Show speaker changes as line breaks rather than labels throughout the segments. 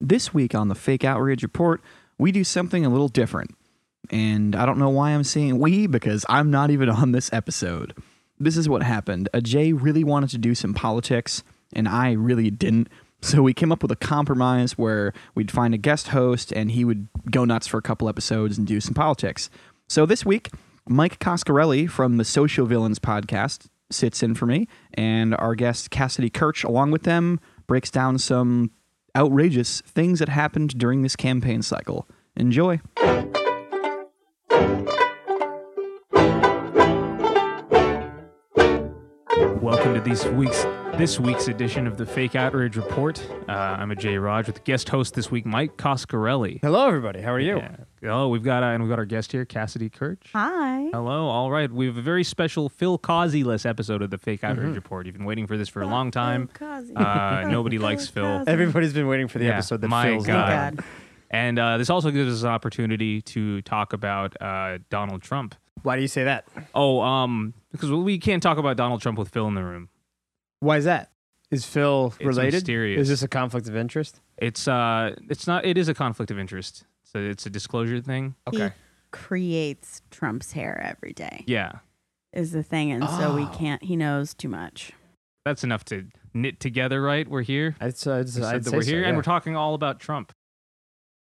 This week on the Fake Outrage Report, we do something a little different. And I don't know why I'm saying we because I'm not even on this episode. This is what happened. Ajay really wanted to do some politics, and I really didn't. So we came up with a compromise where we'd find a guest host and he would go nuts for a couple episodes and do some politics. So this week, Mike Coscarelli from the Social Villains podcast sits in for me, and our guest Cassidy Kirch, along with them, breaks down some outrageous things that happened during this campaign cycle. Enjoy.
Welcome to this week's this week's edition of the Fake Outrage Report. Uh, I'm a Jay Raj with guest host this week, Mike Coscarelli.
Hello, everybody. How are you?
Yeah. Oh, we've got uh, and we've got our guest here, Cassidy Kirch.
Hi.
Hello. All right, we have a very special Phil Causey-less episode of the Fake Outrage
Mm-hmm.
Report. You've been waiting for this for a long time. Uh, nobody likes Phil.
Everybody's been waiting for the
Yeah,
episode that
my
Phil's
God.
God.
And uh, this also gives us an opportunity to talk about uh, Donald Trump.
Why do you say that?
Oh, um, because we can't talk about Donald Trump with Phil in the room.
Why is that? Is Phil
It's
related?
mysterious.
Is this a conflict of interest?
It's uh, it's not. It is a conflict of interest. So it's a disclosure thing.
He creates Trump's hair every day
Yeah.
is the thing, and so we
Oh.
can't. He knows too much.
that's enough to knit together, right? We're here.
I'd, s- I'd, s-
We said
I'd
that
say
we're here,
so,
and
yeah.
we're talking all about Trump.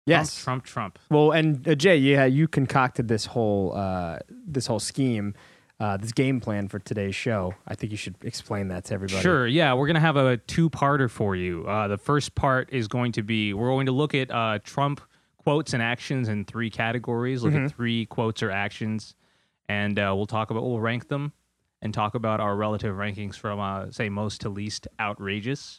yes.
Trump, Trump, Trump.
Well, and uh, Jay, yeah, you concocted this whole uh, this whole scheme, uh, this game plan for today's show. I think you should explain that to everybody.
Sure, yeah, we're gonna have a two-parter for you. Uh, the first part is going to be we're going to look at uh, Trump quotes and actions in three categories. Look at three quotes or actions, and uh, we'll talk about we'll rank them and talk about our relative rankings from uh, say most to least outrageous.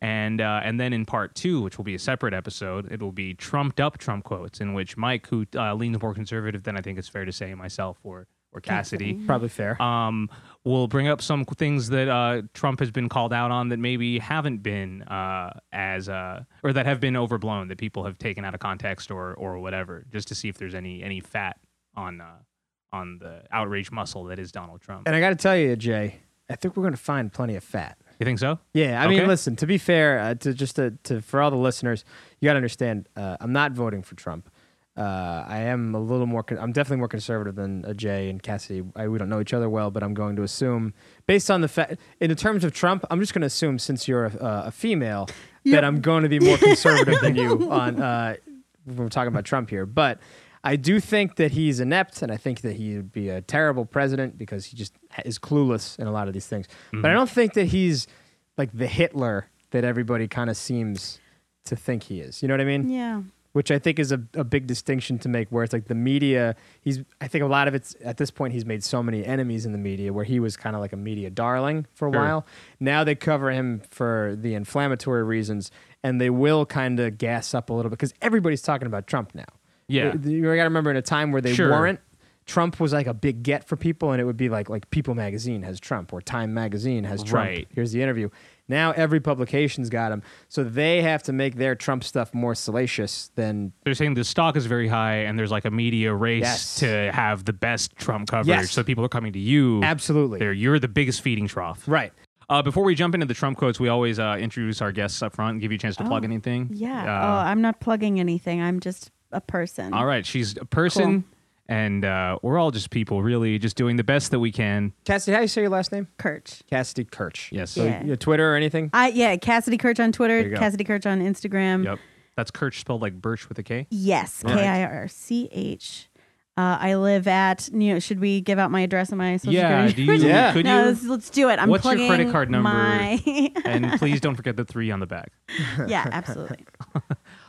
And uh, and then in part two, which will be a separate episode, it'll be trumped up Trump quotes, in which Mike, who uh, leans more conservative than I think it's fair to say myself or or Cassidy,
Probably fair.
um, we'll bring up some things that uh, Trump has been called out on that maybe haven't been uh, as uh, or that have been overblown that people have taken out of context or or whatever, just to see if there's any any fat on uh, on the outrage muscle that is Donald Trump.
and I got to tell you, Jay, I think we're going to find plenty of fat.
You think so?
Yeah, I
Okay.
mean, listen. To be fair, uh, to just to, to for all the listeners, you got to understand. Uh, I'm not voting for Trump. Uh, I am a little more. Con- I'm definitely more conservative than uh, Jay and Cassidy. I, we don't know each other well, but I'm going to assume, based on the fact, in terms of Trump, I'm just going to assume since you're a, uh, a female, that I'm going to be more conservative than you on uh, when we're talking about Trump here. But I do think that he's inept, and I think that he would be a terrible president because he just is clueless in a lot of these things. But I don't think that he's like the Hitler that everybody kind of seems to think he is. You know what I mean?
Yeah.
Which I think is a, a big distinction to make, where it's like the media. He's I think a lot of it's at this point he's made so many enemies in the media, where he was kind of like a media darling for a
Sure.
while. Now they cover him for the inflammatory reasons, and they will kind of gas up a little bit because everybody's talking about Trump now.
Yeah.
Uh, you got to remember in a time where they
Sure.
weren't. Trump was like a big get for people, and it would be like like People Magazine has Trump or Time Magazine has Trump.
Right.
Here's the interview. Now every publication's got him, so they have to make their Trump stuff more salacious than
They're saying the stock is very high, and there's like a media race
Yes.
to have the best Trump coverage.
Yes.
So people are coming to you.
absolutely
There, you're the biggest feeding trough.
right.
Uh, before we jump into the Trump quotes, we always uh, introduce our guests up front and give you a chance to
Oh,
plug anything.
Yeah.
Uh,
oh, I'm not plugging anything. I'm just a person.
All right, she's a person, and uh, we're all just people, really, just doing the best that we can.
Cassidy, how do you say your last name?
Kirch.
Cassidy Kirch.
Yes.
So
Yeah.
your Twitter or anything?
I yeah. Cassidy Kirch on
you
Twitter.
go.
Cassidy Kirch on Instagram.
Yep, that's Kirch spelled like Birch with a K.
Yes. K
All right.
i r c h. Uh, I live at. You know, should we give out my address and my social
Yeah,
security?
do you-
Yeah.
could
no,
you?
let's, let's do it. I'm
What's your credit
plugging
card number?
My...
and please don't forget the three on the back.
yeah, absolutely.
Uh,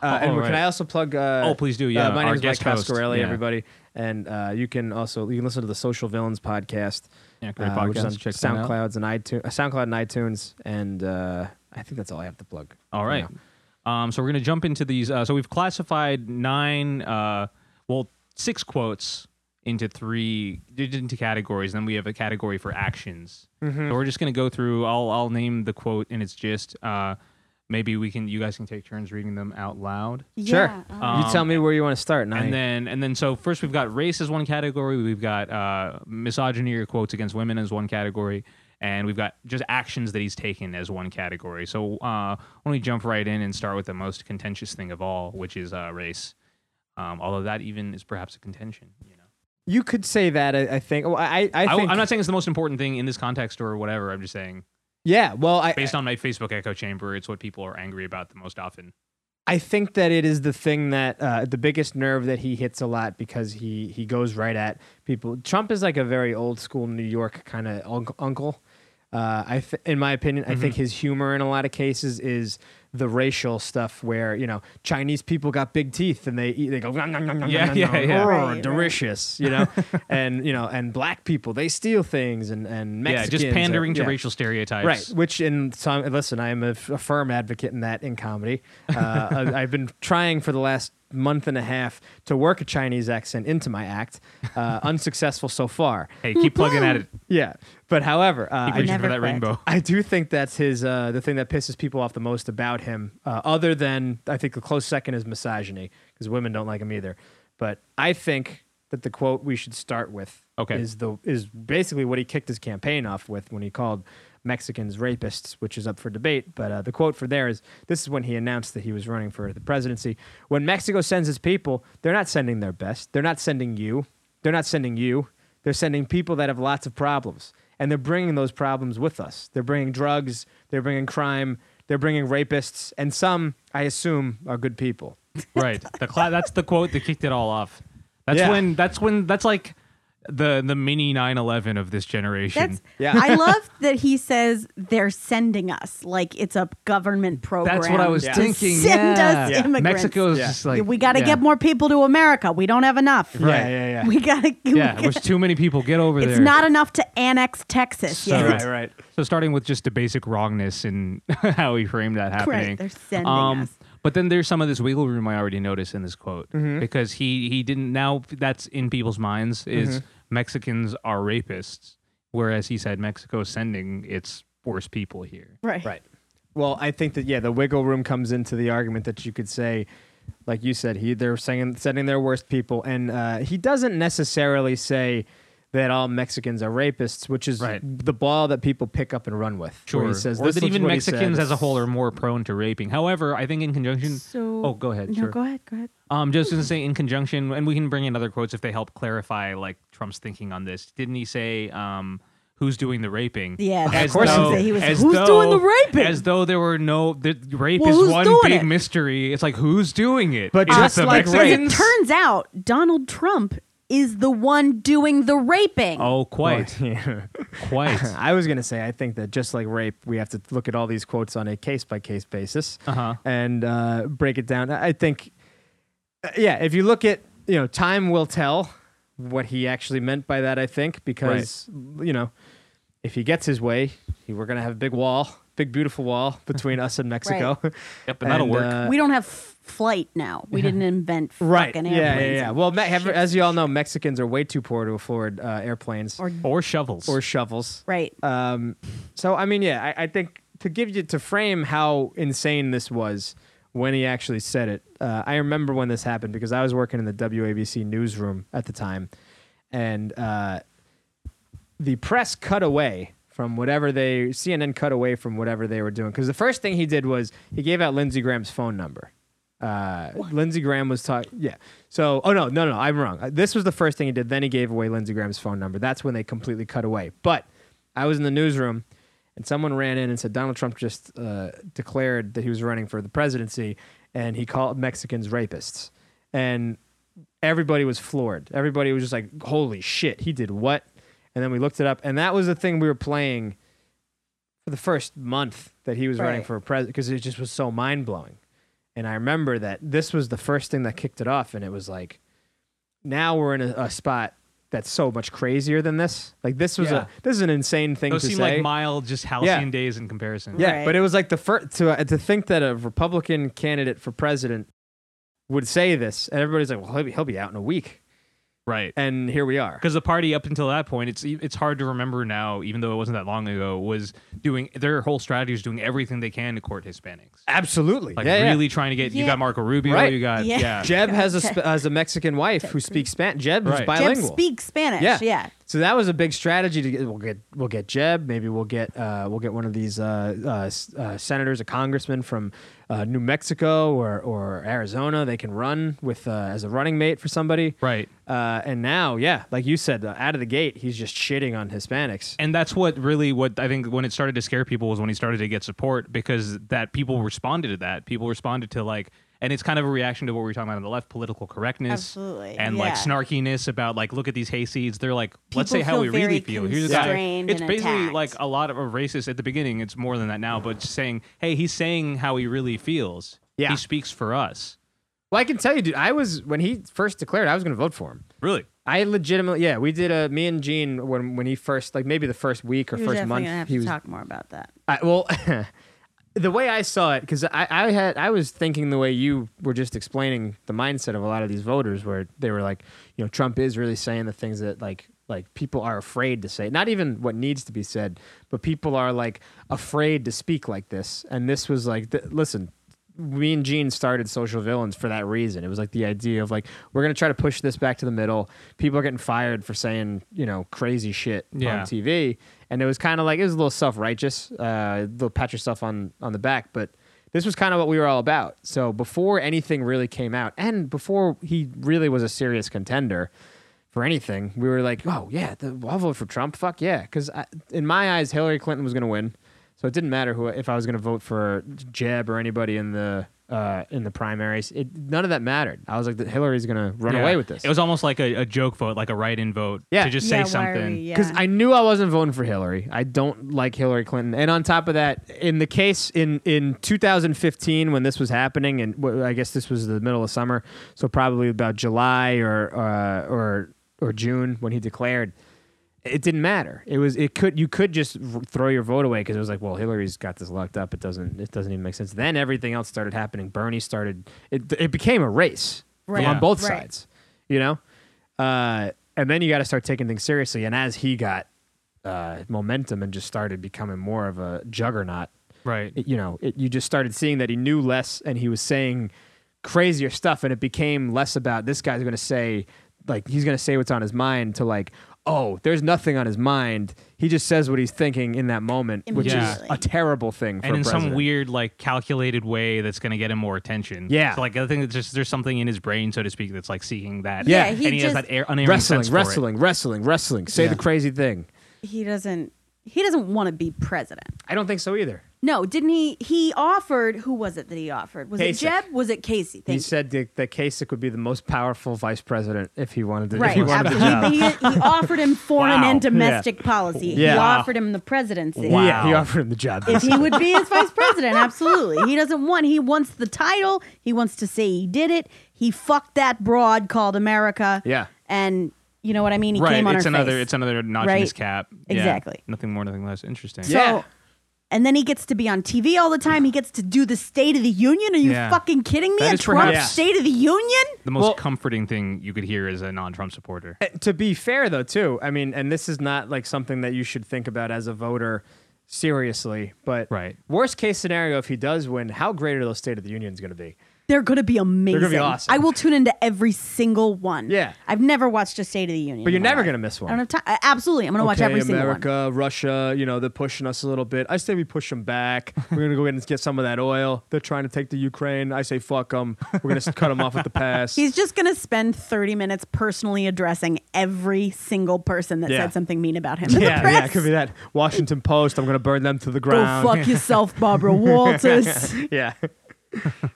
and
all
can
right.
I also plug? Uh,
Oh, please do,
uh,
yeah,
my
our
name is Mike
guest host,
Coscarelli,
yeah.
everybody, and uh, you can also you can listen to the Social Villains podcast,
Yeah, great
uh, which is
podcast.
on
Check that out.
SoundClouds and iTunes, uh, SoundCloud and iTunes, and uh, I think that's all I have to plug.
All
for
right.
now.
Um, so we're going to jump into these. Uh, so we've classified nine, uh, well, six quotes into three into categories. Then we have a category for actions. So we're just going to go through. I'll I'll name the quote and its gist. Uh, maybe we can you guys can take turns reading them out loud.
Yeah,
Sure.
all
you tell me where you want to start, and, I,
Um, And then and then so first we've got race as one category. We've got uh, misogyny or quotes against women as one category. and we've got just actions that he's taken as one category. So uh, why don't we jump right in and start with the most contentious thing of all, which is uh, race. Um, although that even is perhaps a contention. You know,
You could say that. I, I think. Well, I, I,
I,
think.
am not saying it's the most important thing in this context or whatever. I'm just saying
yeah. Well, I,
based on my Facebook echo chamber, it's what people are angry about the most often.
I think that it is the thing that uh, the biggest nerve that he hits a lot because he he goes right at people. Trump is like a very old school New York kind of unc- uncle. Uh, I th- in my opinion, I
Mm-hmm.
think his humor in a lot of cases is the racial stuff where you know Chinese people got big teeth and they eat, they go nom, nom, nom, nom,
Yeah,
nom,
yeah,
nom,
yeah.
"Oh,
Right, right.
delicious you know and you know and black people they steal things and and Mexicans
yeah, just
are-
pandering to
yeah.
racial stereotypes.
Right, which in some listen, I am a, f- a firm advocate in that in comedy. Uh, I, I've been trying for the last month and a half to work a Chinese accent into my act, uh, unsuccessful so far.
Hey, keep plugging at it.
Yeah, but however, uh,
Keep
I,
reaching for
never
that
quit.
rainbow.
I do think that's his uh, the thing that pisses people off the most about him. Uh, other than I think a close second is misogyny because women don't like him either. But I think that the quote we should start with
Okay.
is the is basically what he kicked his campaign off with when he called Mexicans rapists, which is up for debate. But uh, the quote for there is this is when he announced that he was running for the presidency. When Mexico sends its people, they're not sending their best. They're not sending you. They're not sending you. They're sending people that have lots of problems, and they're bringing those problems with us. They're bringing drugs, they're bringing crime, they're bringing rapists, and some, I assume, are good people.
right. The cla- that's the quote that kicked it all off. That's
Yeah.
when that's when that's like the the mini 911 of this generation.
That's
Yeah.
I love that he says they're sending us like it's a government program.
what I was
to
thinking,
Send
yeah.
us
Yeah.
immigrants.
Mexico's
Yeah.
just like
we got to
yeah.
get more people to America. We don't have enough.
Right, yeah, yeah.
We got to.
Yeah, there's too many people. Get over
it's
there.
not enough to annex Texas
So-
yet.
Right,
right.
so starting with just the basic wrongness and how we framed that happening. Um,
they're sending us.
But then there's some of this wiggle room I already noticed in this quote
Mm-hmm.
because he he didn't now that's in people's minds is
Mm-hmm.
Mexicans are rapists, whereas he said Mexico's sending its worst people here.
Right.
Right. Well, I think that yeah, the wiggle room comes into the argument that you could say, like you said, he they're saying sending their worst people, and uh, he doesn't necessarily say that all Mexicans are rapists, which is
Right.
the ball that people pick up and run with.
Sure.
where he says,
or
this
that
is
even
what he
Mexicans
said.
as a whole are more prone to raping. However, I think in conjunction.
So.
oh, go ahead.
No,
sure.
go ahead. Go ahead.
Um, just
Hmm.
to say in conjunction, and we can bring in other quotes if they help clarify like Trump's thinking on this. Didn't he say, um, "Who's doing the raping"?
Yeah,
As
that's
what he
though-
said.
He was like,
as
"Who's doing the
though-
raping?"
As though there were no the rape
Well,
is
who's
one
doing
big
it?
mystery. It's like who's doing it?
But
Is it
just
the
like
As it
Mexicans?
turns out, Donald Trump is the one doing the raping.
oh, quite, quite.
I was gonna say I think that just like rape, we have to look at all these quotes on a case by case basis
Uh-huh.
and uh, break it down. I I think, uh, yeah, if you look at you know, time will tell what he actually meant by that. I think because you know, if he gets his way, he, we're gonna have a big wall, big beautiful wall between us and Mexico.
Yep, and that'll work.
uh,
we don't have f- flight now. We didn't invent
Right. Yeah,
fucking
yeah,
airplanes.
yeah. Well, me- have- as you all know, Mexicans are way too poor to afford uh, airplanes
Or
or shovels.
or shovels.
right.
uh,
Um, so I mean, yeah, I, I think to give you to frame how insane this was when he actually said it. Uh, I remember when this happened because I was working in the WABC newsroom at the time, and uh, the press cut away from whatever they CNN cut away from whatever they were doing because the first thing he did was he gave out Lindsey Graham's phone number. Uh, Lindsey Graham was talking. Yeah. So, oh no, no, no, I'm wrong. Uh, This was the first thing he did. Then he gave away Lindsey Graham's phone number. That's when they completely cut away. But I was in the newsroom, and someone ran in and said Donald Trump just uh, declared that he was running for the presidency, and he called Mexicans rapists, and everybody was floored. Everybody was just like, "Holy shit, he did what?" And then we looked it up, and that was the thing we were playing for the first month that he was running
Right.
for president because it just was so mind blowing. And I remember that this was the first thing that kicked it off, and it was like, now we're in a, a spot that's so much crazier than this. Like this was
Yeah.
a this is an insane thing
Those
to
seem
say.
like mild, just halcyon days in comparison.
yeah,
Right.
but it was like the first to uh, to think that a Republican candidate for president would say this, and everybody's like, well, he'll be, he'll be out in a week,
right.
and here we are.
because the party up until that point it's e, it's hard to remember now even though it wasn't that long ago was doing their whole strategy is doing everything they can to court hispanics
Absolutely,
like
yeah, yeah.
really trying to get you
Yeah.
got marco rubio
Right.
you got
Yeah.
yeah,
Jeb has a sp- has a Mexican wife who speaks Spanish. Jeb is
Right.
bilingual.
Jeb speaks Spanish.
Yeah.
Yeah.
So that was a big strategy to get. We'll get we'll get Jeb. Maybe we'll get uh, we'll get one of these uh, uh, s- uh, senators, a congressman from uh, New Mexico or or Arizona. They can run with uh, as a running mate for somebody.
Right.
Uh, and now, yeah, like you said, uh, out of the gate, he's just shitting on Hispanics.
and that's what really what I think when it started to scare people was when he started to get support because that people responded to that. People responded to like, and it's kind of a reaction to what we were talking about on the left, political correctness,
Absolutely,
and like
yeah.
snarkiness about like, look at these hayseeds. They're like, let's say
People
how
feel
we
very
really feel. Here's a guy.
constrained
It's
and
basically
attacked.
like a lot of a racist at the beginning. It's more than that now, but just saying, hey, he's saying how he really feels.
Yeah.
he speaks for us.
Well, I can tell you, dude. I was when he first declared, I was going to vote for him.
Really.
I legitimately, yeah, we did a me and Gene when when he first like maybe the first week or
You're
first
definitely
month
gonna have
he
to
was
talk more about that.
I, well, the way I saw it, because I, I had I was thinking the way you were just explaining the mindset of a lot of these voters, where they were like, you know, Trump is really saying the things that like like people are afraid to say, not even what needs to be said, but people are like afraid to speak like this, and this was like, th- listen. Me and Gene started Social Villains for that reason. It was like the idea of like we're gonna try to push this back to the middle. People are getting fired for saying you know crazy shit
Yeah.
on TV. TV, and it was kind of like it was a little self righteous, uh, a little pat yourself on on the back, but this was kind of what we were all about. So before anything really came out, and before he really was a serious contender for anything, we were like, oh yeah, the, I'll vote for Trump. Fuck yeah, because in my eyes, Hillary Clinton was gonna win, so it didn't matter who if I was gonna vote for Jeb or anybody in the. Uh, in the primaries, it, none of that mattered. I was like, Hillary's gonna run
Yeah.
away with this.
It was almost like a, a joke vote, like a write-in vote,
Yeah.
to just
yeah,
say
why are
something.
we- yeah.
because I knew I wasn't voting for Hillary. I don't like Hillary Clinton. And on top of that, in the case in in 2015 when this was happening, and wh- I guess this was the middle of summer, so probably about July or uh, or or June when he declared, it didn't matter. It was it could you could just r- throw your vote away because it was like, well, Hillary's got this locked up. It doesn't it doesn't even make sense. Then everything else started happening. Bernie started. It it became a race
Right.
on
Yeah.
both
Right.
sides, you know. Uh, and then you got to start taking things seriously. And as he got uh, momentum and just started becoming more of a juggernaut,
Right.
it- you know, it, you just started seeing that he knew less and he was saying crazier stuff, and it became less about this guy's going to say like he's going to say what's on his mind to like. Oh, there's nothing on his mind. He just says what he's thinking in that moment, which is
Immediately.
a terrible thing. For
and
a
in some
president.
weird like calculated way that's going to get him more attention
Yeah.
so, like i think it's just there's something in his brain so to speak that's like seeking that
Yeah. Yeah,
and
he
he has
just-
that air, unerring
wrestling,
sense for it.
wrestling, wrestling, wrestling. Say the crazy thing.
he doesn't. He doesn't want to be president.
I don't think so either.
No, didn't he? He offered. Who was it that he offered? Was
Kasich.
it Jeb? Was it Casey?
He
Thank you.
said that, that Kasich would be the most powerful vice president if he wanted to. If
Right,
he wanted the job.
absolutely. He, he offered him foreign
Wow.
and domestic policy.
Yeah.
He
Wow.
offered him the presidency.
Wow.
Yeah, he offered him the job.
If he would be his vice president, absolutely. He doesn't want. He wants the title. He wants to say he did it. He fucked that broad called America.
Yeah.
and you know what I mean. He
right
came on
it's
her
another
face.
it's another notch in his
Right.
cap Yeah.
Exactly.
nothing more nothing less interesting
So,
Yeah.
and then he gets to be on TV all the time. He gets to do the State of the Union. Are you
Yeah.
fucking kidding me?
That
a
is
Trump
perhaps-
State of the Union?
the most
Well-
comforting thing you could hear as a non-trump supporter
Uh, to be fair, though, too, I mean, and this is not like something that you should think about as a voter seriously, but
Right.
worst case scenario, if he does win, how great are those State of the Unions going to be?
They're gonna be amazing.
gonna be awesome.
I will tune into every single one.
Yeah.
I've never watched a State of the Union.
But you're
in my
never
life.
going to miss
I
one.
don't have time. I- Absolutely, I'm gonna watch
okay,
every single one.
America, Russia, you know, they're pushing us a little bit. I say we push them back. We're going to go in and get some of that oil. They're trying to take the Ukraine. I say fuck them. We're going to cut them off at the pass.
He's just going to spend 30 minutes personally addressing every single person that
Yeah.
said something mean about him. in the
yeah,
press.
yeah, it could be that. Washington Post, I'm going to burn them to the
Go
ground.
fuck yourself, Barbara Walters.
yeah.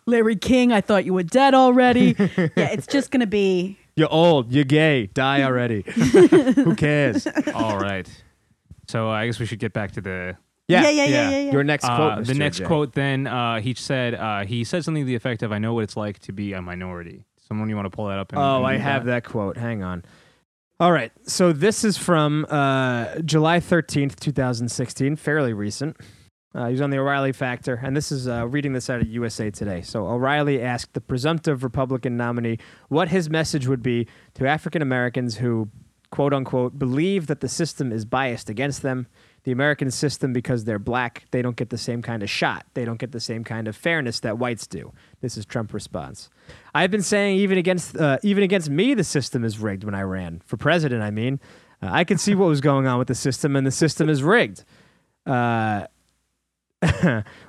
Larry King, I thought you were dead already. yeah, it's just going to be.
You're old. You're gay. Die already. Who cares?
all right so i guess we should get back to the
Yeah, yeah, yeah, yeah. yeah,
Your next
uh,
quote.
the
Mr.
next
J.
quote then uh, he said uh, he said something to the effect of i know what it's like to be a minority someone you want to pull that up and,
Oh,
and
I
read
have that quote. Hang on. All right. So this is from uh, July 13th, 2016, fairly recent. Uh, he was on the O'Reilly Factor, and this is uh, reading this out of USA Today. So O'Reilly asked the presumptive Republican nominee what his message would be to African Americans who, quote unquote, believe that the system is biased against them. The American system, because they're black, they don't get the same kind of shot. They don't get the same kind of fairness that whites do. This is Trump's response. I've been saying even against uh, even against me, the system is rigged. When I ran for president, I mean. Uh, I could see what was going on with the system, and the system is rigged. Uh,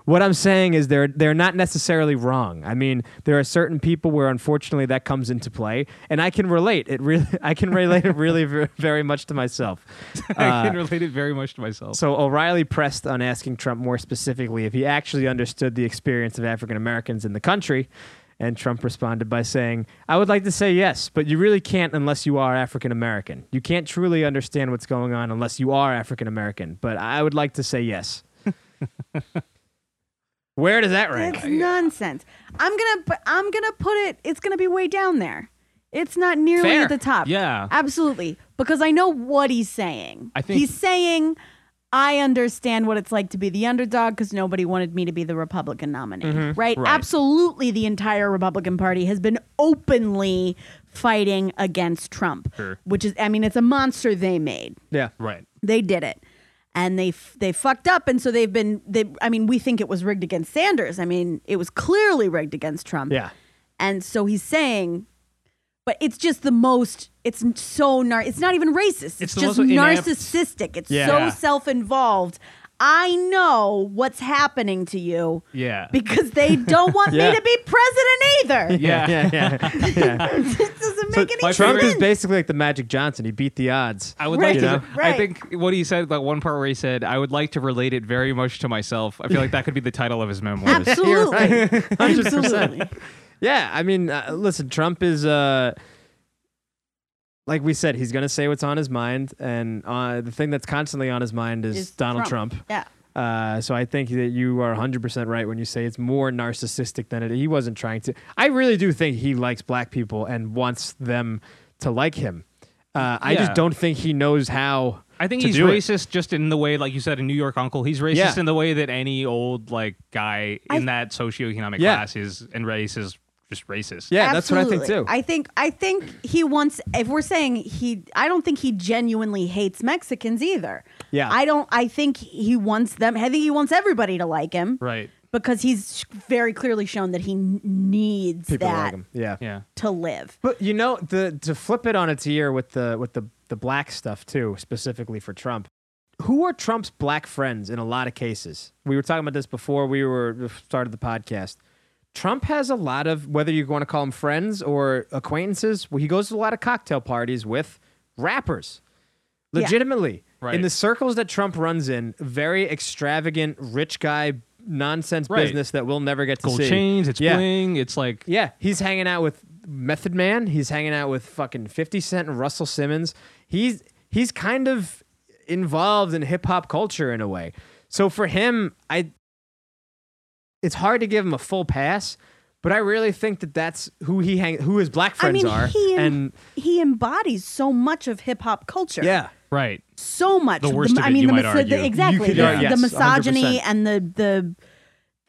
what I'm saying is they're they're not necessarily wrong. I mean, there are certain people where unfortunately that comes into play, and I can relate it really. I can relate it really ver- very much to myself.
I
Uh,
can relate it very much to myself.
So O'Reilly pressed on asking Trump more specifically if he actually understood the experience of African Americans in the country. And Trump responded by saying, I would like to say yes, but you really can't unless you are African American. You can't truly understand what's going on unless you are African American, but I would like to say yes. Where does that rank?
That's nonsense. I'm gonna pu- I'm gonna put it. It's gonna be way down there. It's not nearly
Fair.
at the top.
Yeah.
absolutely. Because I know what he's saying.
I think-
he's saying, I understand what it's like to be the underdog because nobody wanted me to be the Republican nominee. Right?
Mm-hmm. Right.
Absolutely, the entire Republican Party has been openly fighting against Trump,
Sure.
which is I mean, it's a monster they made
Yeah.
right.
they did it and they f- they fucked up and so they've been they i mean we think it was rigged against sanders i mean it was clearly rigged against trump
Yeah.
and so he's saying but it's just the most it's n- so nar- it's not even racist it's,
It's the
just
most inept-
narcissistic it's
Yeah.
so self-involved i know what's happening to you
Yeah.
because they don't want
Yeah.
me to be president either
yeah.
Yeah. Yeah. yeah.
this doesn't make any
my
sense
Trump is
favorite-
basically like the Magic Johnson. He beat the odds.
I would like
Right, you
to.
know? right.
I think what he said, that one part where he said, "I would like to relate it very much to myself." I feel like that could be the title of his memoirs.
absolutely
right.
absolutely
Yeah, I mean, uh, listen, Trump is uh like we said, he's going to say what's on his mind, and uh, the thing that's constantly on his mind is,
Is
Donald Trump.
yeah
Uh, so I think that you are 100% right when you say it's more narcissistic than it. He wasn't trying to. I really do think he likes black people and wants them to like him. Uh, I
Yeah.
just don't think he knows how.
I think
to
he's
do it.
racist just in the way, like you said, a New York uncle. He's racist
Yeah.
in the way that any old like guy in that socioeconomic
Yeah.
class is and race is just racist.
Yeah, that's what I think
Absolutely.
too.
I think I think he wants. If we're saying he, I don't think he genuinely hates Mexicans either.
Yeah.
I don't. I think he wants them. I think he wants everybody to like him
Right.
because he's very clearly shown that he n- needs
People
that
like him. Yeah.
Yeah.
to live.
But you know, the to flip it on its ear with the with the the black stuff too, specifically for Trump. Who are Trump's black friends in a lot of cases? We were talking about this before we were started the podcast. Trump has a lot of whether you want to call them friends or acquaintances. He goes to a lot of cocktail parties with rappers,
Yeah.
legitimately in
Right.
the circles that Trump runs in. Very extravagant, rich guy nonsense
Right.
business that we'll never get to
Gold
see.
chains. It's
Yeah.
bling. It's like
Yeah, he's hanging out with Method Man. He's hanging out with fucking Fifty Cent and Russell Simmons. He's he's kind of involved in hip hop culture in a way. So for him, I it's hard to give him a full pass, but I really think that that's who he hang who his black
I
friends
mean,
are.
he em-
and
he embodies so much of hip hop culture.
yeah,
right.
so much.
The worst of
I
it,
mean,
you
the,
might
mis-
argue.
the- exactly
could
the,
argue,
the
yes,
misogyny
100%.
and the the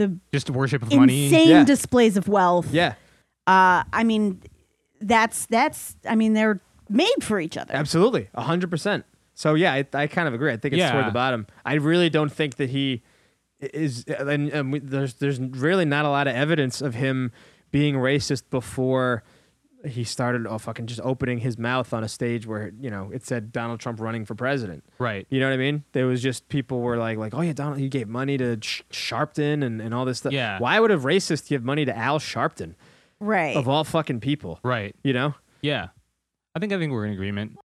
the
Just worship of money.
insane
Yeah.
displays of wealth.
yeah,
Uh, I mean, that's that's. I mean, they're made for each other.
absolutely, hundred percent. So yeah, I, I kind of agree. I think it's toward
Yeah.
the bottom. I really don't think that he is, uh, and, and we, there's there's really not a lot of evidence of him being racist before he started oh, fucking just opening his mouth on a stage where you know it said Donald Trump running for president.
Right.
You know what I mean? There was just people were like, like, oh yeah, Donald, he gave money to Sh- Sharpton and, and all this stuff.
Yeah.
Why would a racist give money to Al Sharpton
Right.
of all fucking people?
Right.
You know?
Yeah. I think I think we're in agreement.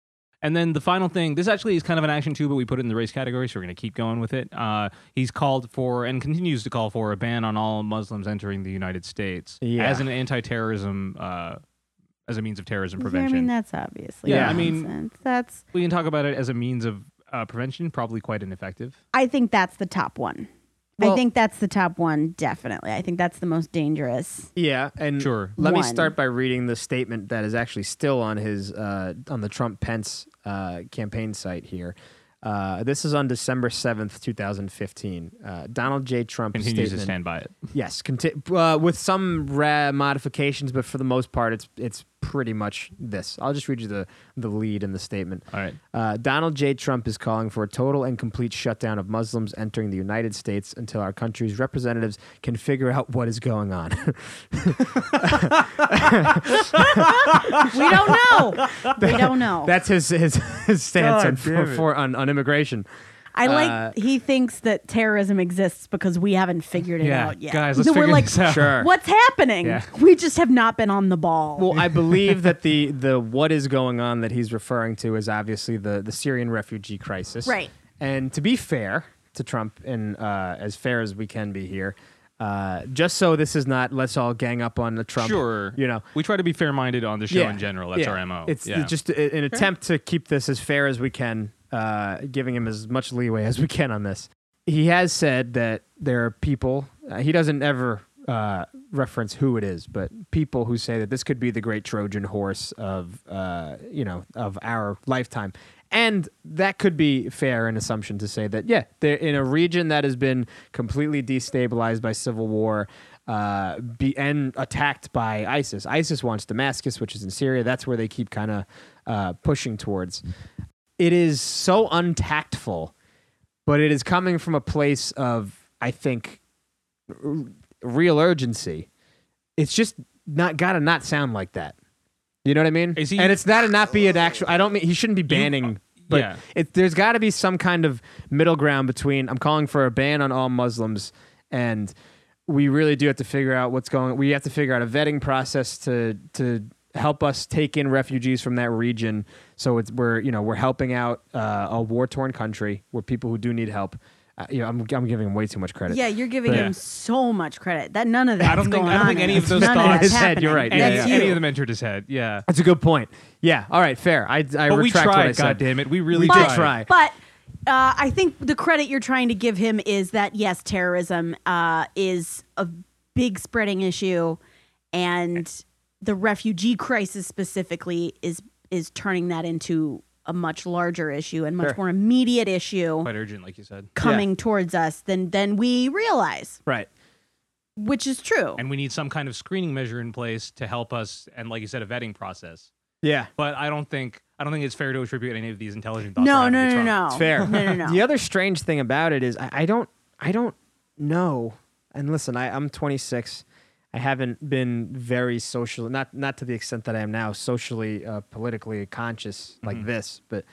And then the final thing, this actually is kind of an action too, but we put it in the race category, so we're going to keep going with it. Uh, he's called for and continues to call for a ban on all Muslims entering the United States
Yeah.
as an anti-terrorism, uh, as a means of terrorism
I
prevention.
mean, that's obviously
Yeah,
I mean-
nonsense. that's.
we can talk about it as a means of uh, prevention, probably quite ineffective.
I think that's the top one.
Well-
I think that's the top one, definitely. I think that's the most dangerous.
Yeah, and
Sure.
Let me
One.
start by reading the statement that is actually still on his uh, on the Trump Pence uh, campaign site here. Uh, this is on December seventh, two thousand fifteen. Uh, Donald J. Trump
Continues to
statement.
stand by it.
Yes, conti- uh, with some ra- modifications, but for the most part, it's it's pretty much this. I'll just read you the the lead in the statement.
All right.
Uh, Donald J. Trump is calling for a total and complete shutdown of Muslims entering the United States until our country's representatives can figure out what is going on.
We don't know. we don't know.
That's his his, his stance
God
on,
damn
for,
it.
for- on on immigration.
I like
uh,
he thinks that terrorism exists because we haven't figured it
Yeah,
out yet.
guys, let's
We're
figure
like,
this out.
Sure.
What's happening?
Yeah.
We just have not been on the ball.
Well, I believe that the the what is going on that he's referring to is obviously the the Syrian refugee crisis.
Right.
And to be fair to Trump, and uh, as fair as we can be here, uh, just so this is not let's all gang up on the Trump.
Sure.
You know.
we try to be fair minded on the show in general. That's
yeah.
our mo.
It's
yeah.
it's just a- an attempt to keep this as fair as we can, uh, giving him as much leeway as we can on this. He has said that there are people. Uh, he doesn't ever uh, reference who it is, but people who say that this could be the great Trojan horse of uh, you know of our lifetime. And that could be fair an assumption to say that, yeah, they're in a region that has been completely destabilized by civil war uh, be, and attacked by ISIS. ISIS wants Damascus, which is in Syria. That's where they keep kind of uh, pushing towards. It is so untactful, but it is coming from a place of, I think, r- real urgency. It's just not gotta not sound like that. You know what I mean?
Is he-
and it's not a not be an actual. I don't mean he shouldn't be banning, but
yeah.
it, there's got to be some kind of middle ground between I'm calling for a ban on all Muslims and we really do have to figure out what's going. We have to figure out a vetting process to to help us take in refugees from that region. So it's we're you know we're helping out uh, a war torn country where people who do need help. Uh, you know, I'm I'm giving him way too much credit.
yeah, you're giving
Yeah.
him so much credit. That none of that.
don't think- I don't think any of those
none
thoughts-
Of that's
His head, you're
happening.
right.
Any-
Yeah,
That's
yeah.
you.
any of them entered his head. Yeah.
That's a good point. Yeah. All right. Fair. I I
But
retract
we
what I
tried,
said.
God damn it. We really
did
tried.
try.
But uh, I think the credit you're trying to give him is that yes, terrorism uh, is a big spreading issue, and the refugee crisis specifically is is turning that into a much larger issue and much
Sure.
more immediate issue
Quite urgent, like you said.
coming towards us than than we realize,
Right.
which is true.
And we need some kind of screening measure in place to help us, and like you said, a vetting process.
Yeah.
But I don't think I don't think it's fair to attribute any of these intelligent thoughts.
no,
we're having to
no, no,
Trump.
no,
It's fair.
No, no, no.
The other strange thing about it is I, I don't I don't know. And listen, I, I'm 26. I haven't been very social, not not to the extent that I am now, socially, uh, politically conscious like this. But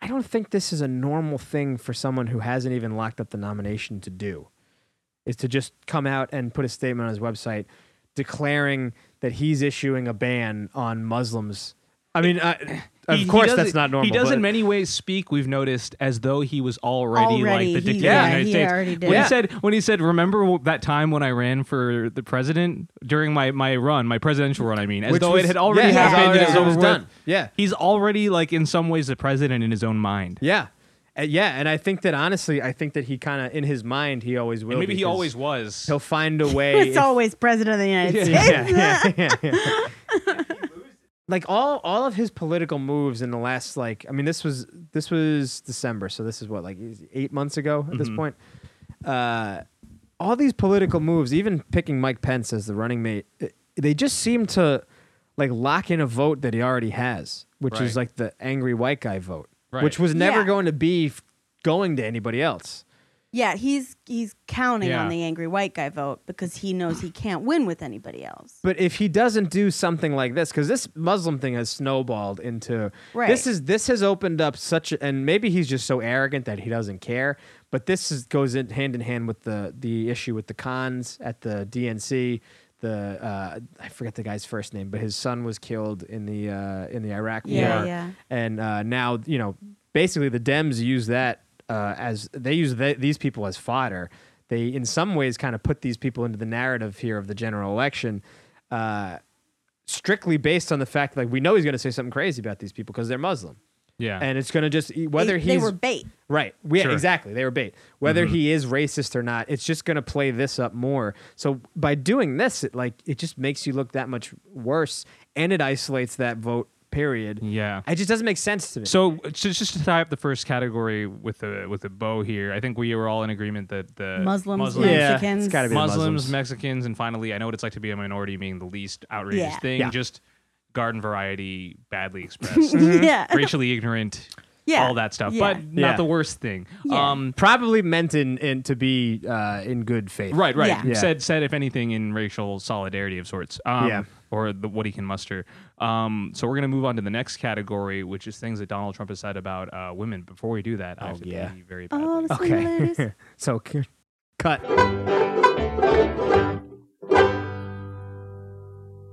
I don't think this is a normal thing for someone who hasn't even locked up the nomination to do. Is to just come out and put a statement on his website declaring that he's issuing a ban on Muslims. I mean, uh, of
He- he
course,
does
that's
it-
not normal.
He does
but-
in many ways speak. We've noticed as though he was already,
Already,
like the
he-
dictator of
yeah,
the United
he
States.
already did.
When
Yeah.
he said, when he said, remember wh- that time when I ran for the president during my, my run, my presidential run, I mean, as
Which
though
was-
it had already
yeah,
happened.
already-
and it's
it
over
was
with.
done. Yeah.
he's already like in some ways the president in his own mind.
Yeah. Uh, yeah, and I think that honestly, I think that he kind of in his mind he always will.
And maybe he
because
always was.
he'll find a way.
it's
if-
always president of the United States.
yeah, yeah, yeah, yeah. like all all of his political moves in the last like I mean this was this was December, so this is what like eight months ago at this point. Uh, all these political moves, even picking Mike Pence as the running mate, eh, they just seem to like lock in a vote that he already has, which is
Right.
like the angry white guy vote,
Right.
which was never
Yeah.
going to be f- going to anybody else.
Yeah, he's he's counting on
Yeah.
the angry white guy vote because he knows he can't win with anybody else.
But if he doesn't do something like this, because this Muslim thing has snowballed into
Right.
this is this has opened up such, a, and maybe he's just so arrogant that he doesn't care. But this is, goes in hand in hand with the the issue with the cons at the DNC. The uh, I forget the guy's first name, but his son was killed in the uh, in the Iraq
Yeah,
War,
yeah.
and uh, now you know basically the Dems use that uh, as they use th- these people as fodder. They in some ways kind of put these people into the narrative here of the general election. Uh, strictly based on the fact like we know he's going to say something crazy about these people because they're Muslim,
yeah.
and it's going to just e, whether
they,
he's
they were bait.
right, we,
Sure. Mm-hmm.
exactly they were bait. Whether he is racist or not, it's just going to play this up more. So by doing this, it like it just makes you look that much worse, and it isolates that vote. Period.
Yeah.
it just doesn't make sense to me.
So just just to tie up the first category with the with the bow here, I think we were all in agreement that the
Muslims,
Uh, Yeah, it's
Mexicans.
gotta be-
Muslims,
Muslims.
Mexicans, and finally, I know what it's like to be a minority, being the least outrageous
Yeah.
thing.
Yeah.
Just garden variety, badly expressed,
yeah,
racially ignorant,
Yeah.
all that stuff.
Yeah.
But not
Yeah.
the worst thing.
Yeah.
Um,
Probably meant in, in to be uh, in good faith.
right, right.
Yeah.
Yeah.
Said said if anything in racial solidarity of sorts. Um,
Yeah.
or the, what he can muster. Um, so we're gonna move on to the next category, which is things that Donald Trump has said about uh, women. Before we do that, I have to
Oh, yeah.
pee very badly.
Oh, the similarities.
Okay. so c- cut.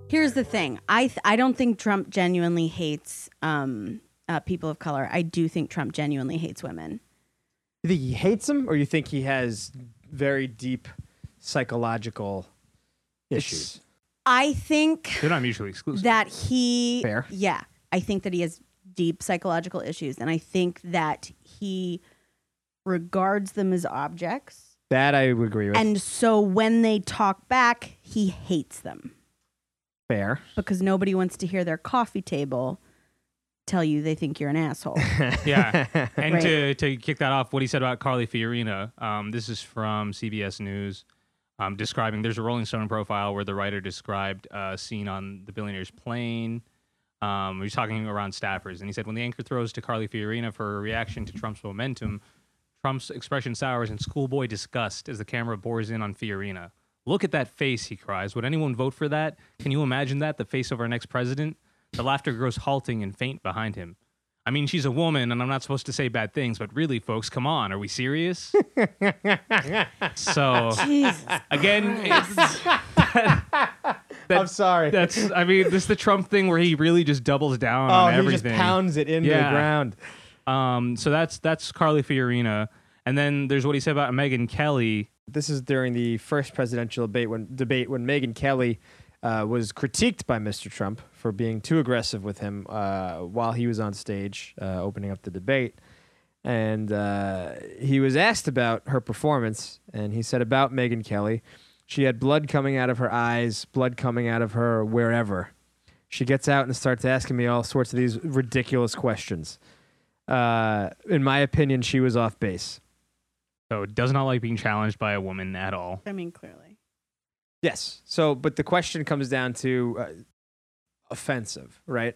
Here's the thing. I th- I don't think Trump genuinely hates um, uh, people of color. I do think Trump genuinely hates women.
You think he hates him, or you think he has very deep psychological issues?
I think
They're not mutually exclusive.
that he
Fair.
yeah, I think that he has deep psychological issues and I think that he regards them as objects.
That I would agree with.
And so when they talk back, he hates them
Fair.
because nobody wants to hear their coffee table tell you they think you're an asshole.
yeah. And
Right.
to, to kick that off, what he said about Carly Fiorina, um, this is from CBS News, um, describing there's a Rolling Stone profile where the writer described a scene on the billionaire's plane. Um, he was talking around staffers, and he said, when the anchor throws to Carly Fiorina for a reaction to Trump's momentum, Trump's expression sours in schoolboy disgust as the camera bores in on Fiorina. Look at that face, he cries. Would anyone vote for that? Can you imagine that? The face of our next president? The laughter grows halting and faint behind him. I mean, she's a woman, and I'm not supposed to say bad things, but really, folks, come on. Are we serious? so,
Jesus.
again, it's-
I'm sorry.
that's, I mean, this is the Trump thing where he really just doubles down
oh,
on
he
everything.
just pounds it into the
Yeah.
ground.
Um, so that's that's Carly Fiorina, and then there's what he said about Megan Kelly.
This is during the first presidential debate when debate when Megan Kelly uh, was critiqued by Mr. Trump for being too aggressive with him uh, while he was on stage uh, opening up the debate, and uh, he was asked about her performance, and he said about Megan Kelly, she had blood coming out of her eyes, blood coming out of her wherever. She gets out and starts asking me all sorts of these ridiculous questions. Uh, in my opinion, she was off base.
So does not like being challenged by a woman at all. Oh,
I mean clearly.
Yes. So, but the question comes down to uh, offensive, right?